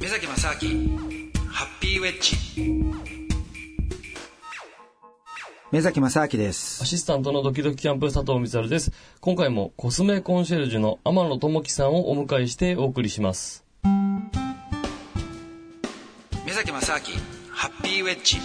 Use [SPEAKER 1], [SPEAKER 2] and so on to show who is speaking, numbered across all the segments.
[SPEAKER 1] 目崎正明ハッピーウェッジ目崎正明です
[SPEAKER 2] アシスタントのドキドキキャンプ佐藤光です。今回もコスメコンシェルジュの天野智樹さんをお迎えしてお送りします。
[SPEAKER 1] 目崎正明ハッピーウェッジ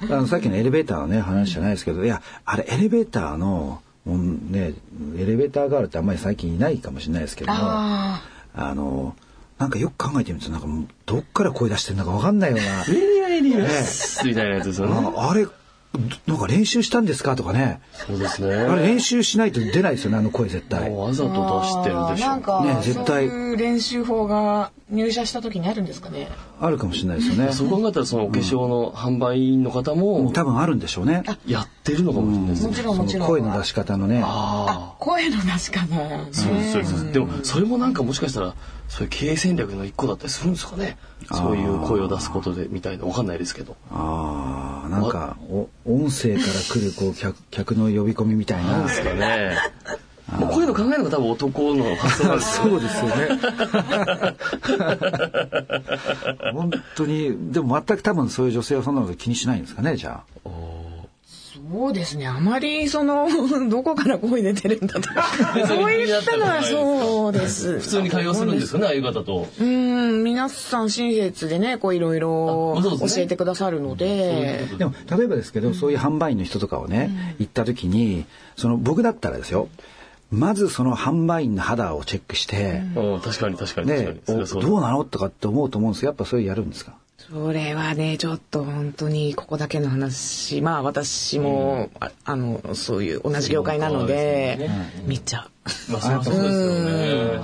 [SPEAKER 3] あのさっきのエレベーターのね話じゃないですけどいやあれエレベーターのうんねエレベーターガールってあんまり最近いないかもしれないですけどもあのなんかよく考えてみるとなんかもうどっから声出してるのか分かんないような
[SPEAKER 2] メリアエリアスみたいなやつですよね。
[SPEAKER 3] なんかあれどなんか練習したんですかとかね
[SPEAKER 2] そうです
[SPEAKER 3] あれ
[SPEAKER 2] ね。
[SPEAKER 3] 練習しないと出ないですよねあの声絶対
[SPEAKER 2] もうわざと出してるでしょ。
[SPEAKER 4] なんか、
[SPEAKER 3] ね絶対
[SPEAKER 4] そういう練習法が入社した時にあるんですかね。
[SPEAKER 3] あるかもしれないですよね
[SPEAKER 2] そう考えたらそのお化粧の販売員の方も
[SPEAKER 3] 多分あるんでしょうね
[SPEAKER 2] やってるのかもしれないです
[SPEAKER 4] も
[SPEAKER 2] ね。
[SPEAKER 4] ちろんもちろん。
[SPEAKER 3] 声の出し方のね
[SPEAKER 2] あ
[SPEAKER 4] 声の出し方やね。
[SPEAKER 2] あ。そうですそうですそうです。でもそれもなんかもしかしたらそういう経営戦略の一個だったりするんですかね。そういう声を出すことでみたいなわかんないですけど。
[SPEAKER 3] あーなんかお音声から来るこう客客の呼び込みみたい
[SPEAKER 2] なん
[SPEAKER 3] な
[SPEAKER 2] ですかね。もうこういうの考えるのが多分男の発想なんですよ
[SPEAKER 3] そうですよね。 本当に、でも全く多分そういう女性はそんなこと気にしないんですかね、じゃあ。
[SPEAKER 4] そうですね。あまり、その、 どこから声出てるん だとか。そういったのはそうです。
[SPEAKER 2] 普通に会話するんですよね、ああいう方と。
[SPEAKER 4] うん、皆さん親切でね、こういろいろ
[SPEAKER 2] あそうですね
[SPEAKER 4] 教えてくださるので。
[SPEAKER 3] でも、例えばですけど、そういう販売員の人とかをね、行った時に、その僕だったらですよ、まずその販売員の肌をチェックして、
[SPEAKER 2] うん、確かに確かに確か
[SPEAKER 3] ね
[SPEAKER 2] に。、それ
[SPEAKER 3] お
[SPEAKER 2] はそう
[SPEAKER 3] どうなのとかって思うと思うんですけど、やっぱそういうやるんですか
[SPEAKER 4] それはね、ちょっと本当にここだけの話、まあ私も、ああの、そういう同じ業界なの
[SPEAKER 2] そ
[SPEAKER 4] で、
[SPEAKER 2] うですよね
[SPEAKER 4] 見ちゃう。
[SPEAKER 2] まあ、それはそうですよね。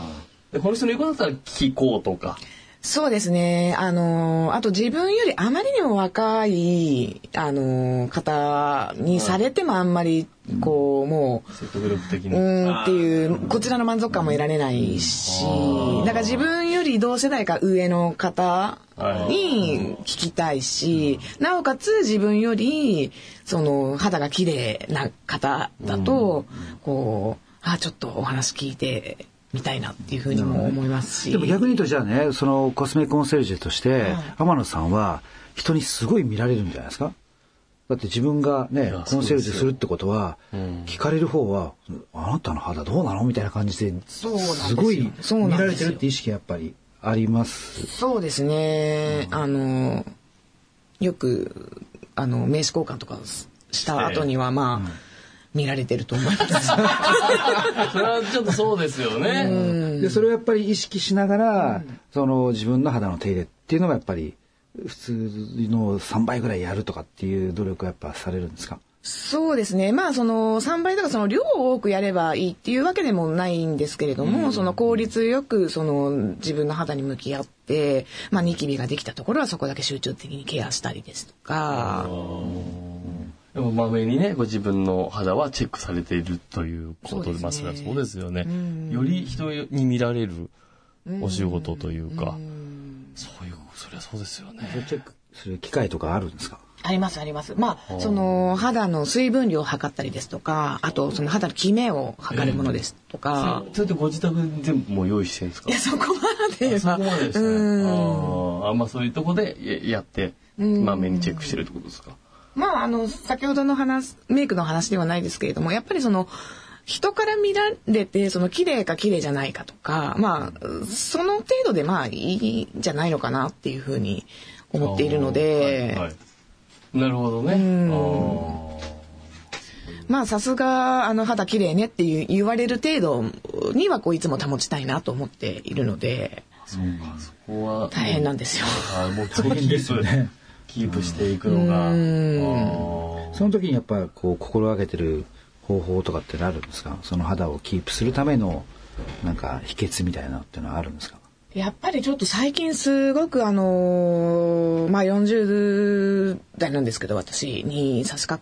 [SPEAKER 2] で、この人の言うことだったら聞こうとか。
[SPEAKER 4] そうですね。あの、あと自分よりあまりにも若い、あの、方にされてもあんまり、こう、もう、
[SPEAKER 2] 説得力的
[SPEAKER 4] う
[SPEAKER 2] に。
[SPEAKER 4] ーんっていう、こちらの満足感も得られないし、だから自分より同世代か上の方に聞きたいし、なおかつ自分より、その、肌が綺麗な方だと、こう、あ、ちょっとお話聞いてみたいなっていうふうにも思いますし。
[SPEAKER 3] でも逆に言うと、じゃあね、そのコスメコンセルジュとして、天野さんは人にすごい見られるんじゃないですかだって自分がね
[SPEAKER 2] や、
[SPEAKER 3] コンセルジュ
[SPEAKER 2] そうですよ
[SPEAKER 3] するってことは、聞かれる方は、あなたの肌どうなのみたいな感じで、
[SPEAKER 4] そうなんですよ
[SPEAKER 3] すごい
[SPEAKER 4] そうなん
[SPEAKER 3] 見
[SPEAKER 4] です
[SPEAKER 3] られて
[SPEAKER 4] よ
[SPEAKER 3] るって意識やっぱりあります。
[SPEAKER 4] そうですね、あのよくあの名刺交換とかしした後にはまあ、見られてると思い ます。
[SPEAKER 2] それはちょっとそうですよね。
[SPEAKER 3] で、それをやっぱり意識しながら、その自分の肌の手入れっていうのがやっぱり、普通の3倍ぐらいやるとかっていう努力はやっぱされるんですか
[SPEAKER 4] そうですね。まあ、その、3倍とか、その、量を多くやればいいっていうわけでもないんですけれども、その、効率よく、その、自分の肌に向き合って、まあ、ニキビができたところは、そこだけ集中的にケアしたりですとか、
[SPEAKER 2] でも、まめにね、ご自分の肌はチェックされているということで、まあ、それはそうですよね。より人に見られるお仕事というか、そういう、そりゃそうですよね。
[SPEAKER 3] チェックする機会とかあるんですか
[SPEAKER 4] ありますあります。まあ、その肌の水分量を測ったりですとか、あとその肌のキメを測るものですとか。
[SPEAKER 2] それってご自宅に全部もう用意してるんですか
[SPEAKER 4] いや、そこまで。
[SPEAKER 2] そこまでですね。
[SPEAKER 4] うん
[SPEAKER 2] あーあんまそういうとこでややって、まめにチェックしてるってことですか。
[SPEAKER 4] まあ、あの、先ほどの話、メイクの話ではないですけれども、やっぱりその、人から見られて、その、綺麗か綺麗じゃないかとか、まあ、その程度でまあ、いいんじゃないのかなっていうふうに思っているので、
[SPEAKER 2] あーはいはいなるほどね。
[SPEAKER 4] まあ、さすが、あの、肌綺麗ねっていう言われる程度には、こう、いつも保ちたいなと思っているので、
[SPEAKER 2] あーそこは
[SPEAKER 4] 大変なんですよ。
[SPEAKER 2] あーもう長期ですよね。キープしていくのが。あー
[SPEAKER 3] その時にやっぱこう心がけてる方法とかってあるんですかその肌をキープするためのなんか秘訣みたいなのってのはあるんですか
[SPEAKER 4] やっぱりちょっと最近すごくあのーまあ40代なんですけど私に差し掛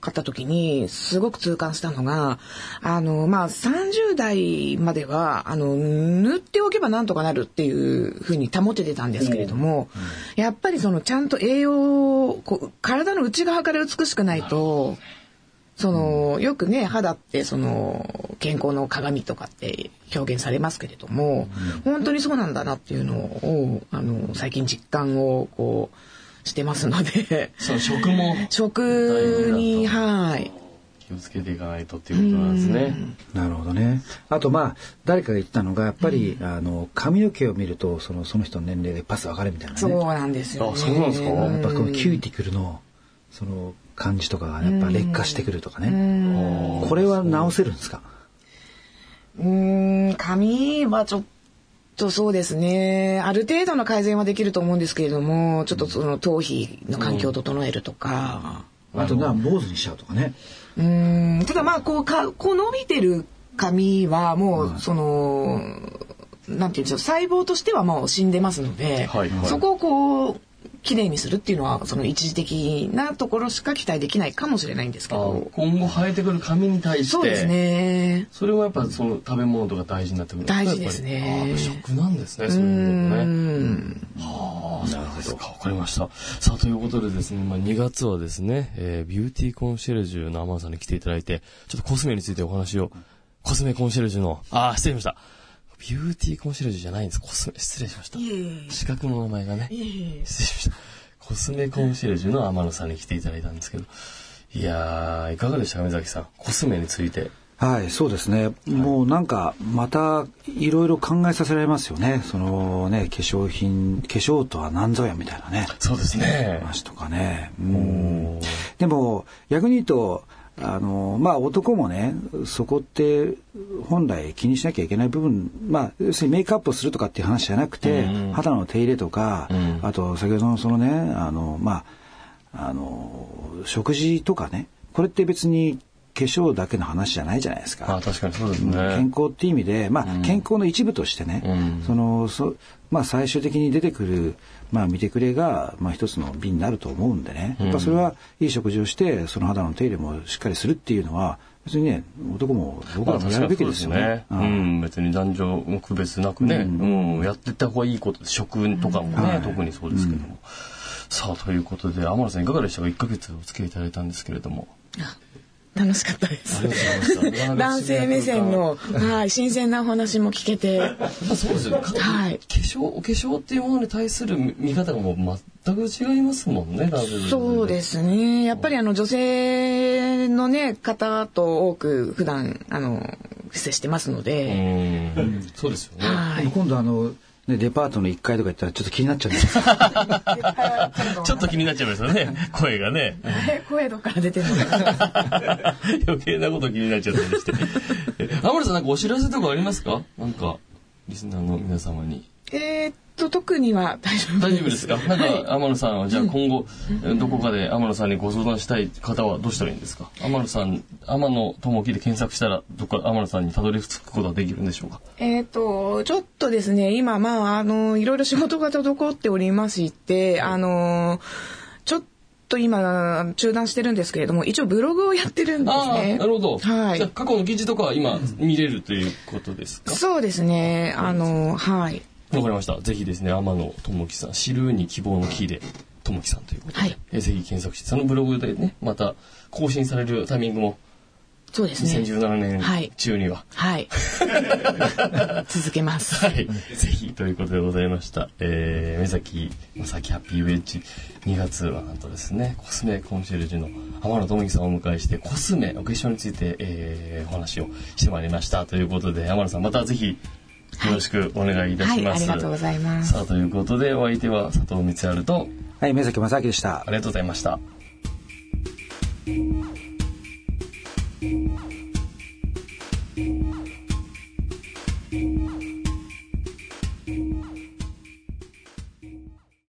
[SPEAKER 4] かった時にすごく痛感したのが、あのーまあ30代までは、あの、塗っておけばなんとかなるっていう風に保ててたんですけれども、やっぱりそのちゃんと栄養をこう体の内側から美しくないと、その、よくね、肌ってその、健康の鏡とかって表現されますけれども、本当にそうなんだなっていうのを、あの、最近実感をこう、してますの で、
[SPEAKER 2] その食も
[SPEAKER 4] 食
[SPEAKER 2] 大事
[SPEAKER 4] に、
[SPEAKER 2] だと
[SPEAKER 4] はい。
[SPEAKER 2] 気をつけていかないとっていうことなんですね。
[SPEAKER 3] なるほどね。あとまあ、誰かが言ってたのが、やっぱり、あの、髪の毛を見ると、その、その人の年齢でパス分かるみたいなね。
[SPEAKER 4] そうなんですよ、ね。
[SPEAKER 2] あそうなんですか
[SPEAKER 3] やっぱこのキューティクルの、その、感じとかが、やっぱ劣化してくるとかね。
[SPEAKER 2] あー
[SPEAKER 3] これは直せるんですか
[SPEAKER 4] うーん、髪はちょっとそうですね。ある程度の改善はできると思うんですけれども、ちょっとその頭皮の環境を整えるとか。
[SPEAKER 3] あとな、坊主にしちゃうとかね。
[SPEAKER 4] うーん、ただまあ、こう、か、こう伸びてる髪はもう、その、なんていうんでしょう、細胞としてはもう死んでますので、
[SPEAKER 2] はいはい
[SPEAKER 4] そこをこう、綺麗にするっていうのは、その一時的なところしか期待できないかもしれないんですけ
[SPEAKER 2] あー
[SPEAKER 4] ど。
[SPEAKER 2] 今後生えてくる髪に対して、
[SPEAKER 4] そうですね。
[SPEAKER 2] それはやっぱその食べ物とか大事になってくるんか
[SPEAKER 4] 大事ですね
[SPEAKER 2] やっぱりあー食なんですね、そう
[SPEAKER 4] う
[SPEAKER 2] いうことね。
[SPEAKER 4] ん。
[SPEAKER 2] ああ、そうですか。わかりました。さあ、ということでですね、まあ、2月はですね、えービューティーコンシェルジュのアマンさんに来ていただいて、ちょっとコスメについてお話を、コスメコンシェルジュの、ああ、失礼しました。ビューティーコンシェルジュじゃないんです。コスメ、失礼しました。資格の名前がね、失礼しました。コスメコンシェルジュの天野さんに来ていただいたんですけど、いやー、いかがでしたか、目崎さん。コスメについて。
[SPEAKER 3] はい、そうですね。もうなんか、また、いろいろ考えさせられますよね。そのね、化粧品、化粧とは何ぞやみたいなね。
[SPEAKER 2] そうですね。
[SPEAKER 3] 話とかね。うん。でも、逆に言うと、あの、まあ男もね、そこって本来気にしなきゃいけない部分、まあ、要するにメイクアップをするとかっていう話じゃなくて、
[SPEAKER 2] うん
[SPEAKER 3] 肌の手入れとか、
[SPEAKER 2] うん
[SPEAKER 3] あと先ほどのそのね、あの、まあ、あの、食事とかね、これって別に化粧だけの話じゃないじゃないですか。
[SPEAKER 2] あー確かにそうです
[SPEAKER 3] 健
[SPEAKER 2] ね。
[SPEAKER 3] 康っていう意味で、まあ、健康の一部としてね、
[SPEAKER 2] うん
[SPEAKER 3] そのそまあ、最終的に出てくる、まあ、見てくれが、まあ、一つの美になると思うんでね、やっぱそれはいい食事をしてその肌の手入れもしっかりするっていうのは別にね男も僕
[SPEAKER 2] ま
[SPEAKER 3] ら
[SPEAKER 2] あ
[SPEAKER 3] も
[SPEAKER 2] 確
[SPEAKER 3] や
[SPEAKER 2] か
[SPEAKER 3] るべ
[SPEAKER 2] に
[SPEAKER 3] き
[SPEAKER 2] そう
[SPEAKER 3] でよ
[SPEAKER 2] ですすね
[SPEAKER 3] ね。。
[SPEAKER 2] う
[SPEAKER 3] うん
[SPEAKER 2] ん、別に男女も区別なくね、うん、やってった方がいいこと、食とかもね、
[SPEAKER 3] はい
[SPEAKER 2] 特にそうですけども。さあ、ということで、天野さんいかがでしたか ?1 ヶ月お付き合いいただいたんですけれども。
[SPEAKER 4] 楽しかったです
[SPEAKER 2] ありがとうございました
[SPEAKER 4] 男性目線の、はい、新鮮なお話も聞けて、
[SPEAKER 2] そうですよね。
[SPEAKER 4] はい
[SPEAKER 2] 化粧、お化粧っていうものに対する見方がもう全く違いますもんね、男女。
[SPEAKER 4] そうですすね。やっぱりあの女性のね、方と多く普段、あの、接してますの
[SPEAKER 2] う
[SPEAKER 4] で、
[SPEAKER 2] ん、そうですよね。
[SPEAKER 4] はい。
[SPEAKER 3] 今度あの、ね、デパートの1階とか行ったらちょっと気になっちゃうんですよ
[SPEAKER 2] ちょっと気になっちゃいますよね、声がね。
[SPEAKER 4] 声どっから出てるの
[SPEAKER 2] 余計なこと気になっちゃったりして。 天野さんなんかお知らせとかありますかなんか、リスナーの皆様に。
[SPEAKER 4] えーっと、特には大丈夫
[SPEAKER 2] 大丈夫ですかなんか、天野さんは、じゃあ今後、どこかで天野さんにご相談したい方はどうしたらいいんですか天野さん、天野智樹で検索したら、どっか天野さんにたどり着くことはできるんでしょうか
[SPEAKER 4] えっ、と、ちょっとですね、今、まあ、あの、いろいろ仕事が滞っておりまして、あの、ちょっと今、中断してるんですけれども、一応ブログをやってるんです
[SPEAKER 2] ああ
[SPEAKER 4] ね。
[SPEAKER 2] ー、なるほど。
[SPEAKER 4] は
[SPEAKER 2] じゃあ
[SPEAKER 4] い。
[SPEAKER 2] 過去の記事とかは今見れるということですか
[SPEAKER 4] そうですね、あの、はい。
[SPEAKER 2] わかりました。ぜひですね、天野智樹さん、知るに希望のキーで、智樹さんということで、
[SPEAKER 4] はい
[SPEAKER 2] えーぜひ検索して、そのブログでね、また更新されるタイミングも、
[SPEAKER 4] そうですね。
[SPEAKER 2] 2017
[SPEAKER 4] はい
[SPEAKER 2] 年中には、
[SPEAKER 4] はい。続けます。
[SPEAKER 2] はい。ぜひ、ということでございました。えー、目崎、まさきハッピーウェッジ、2月はなんとですね、コスメコンシェルジュの浜野智樹さんをお迎えして、コスメ、お化粧について、えー、お話をしてまいりました。ということで、浜野さん、またぜひ、よろしくお願いいた
[SPEAKER 4] は
[SPEAKER 2] し
[SPEAKER 4] い、
[SPEAKER 2] ま
[SPEAKER 4] あ
[SPEAKER 2] す。
[SPEAKER 4] りがとうございます。
[SPEAKER 2] さあ、ということで、お相手は佐藤光春と、
[SPEAKER 3] はい目崎正明でした
[SPEAKER 2] ありがとうございました。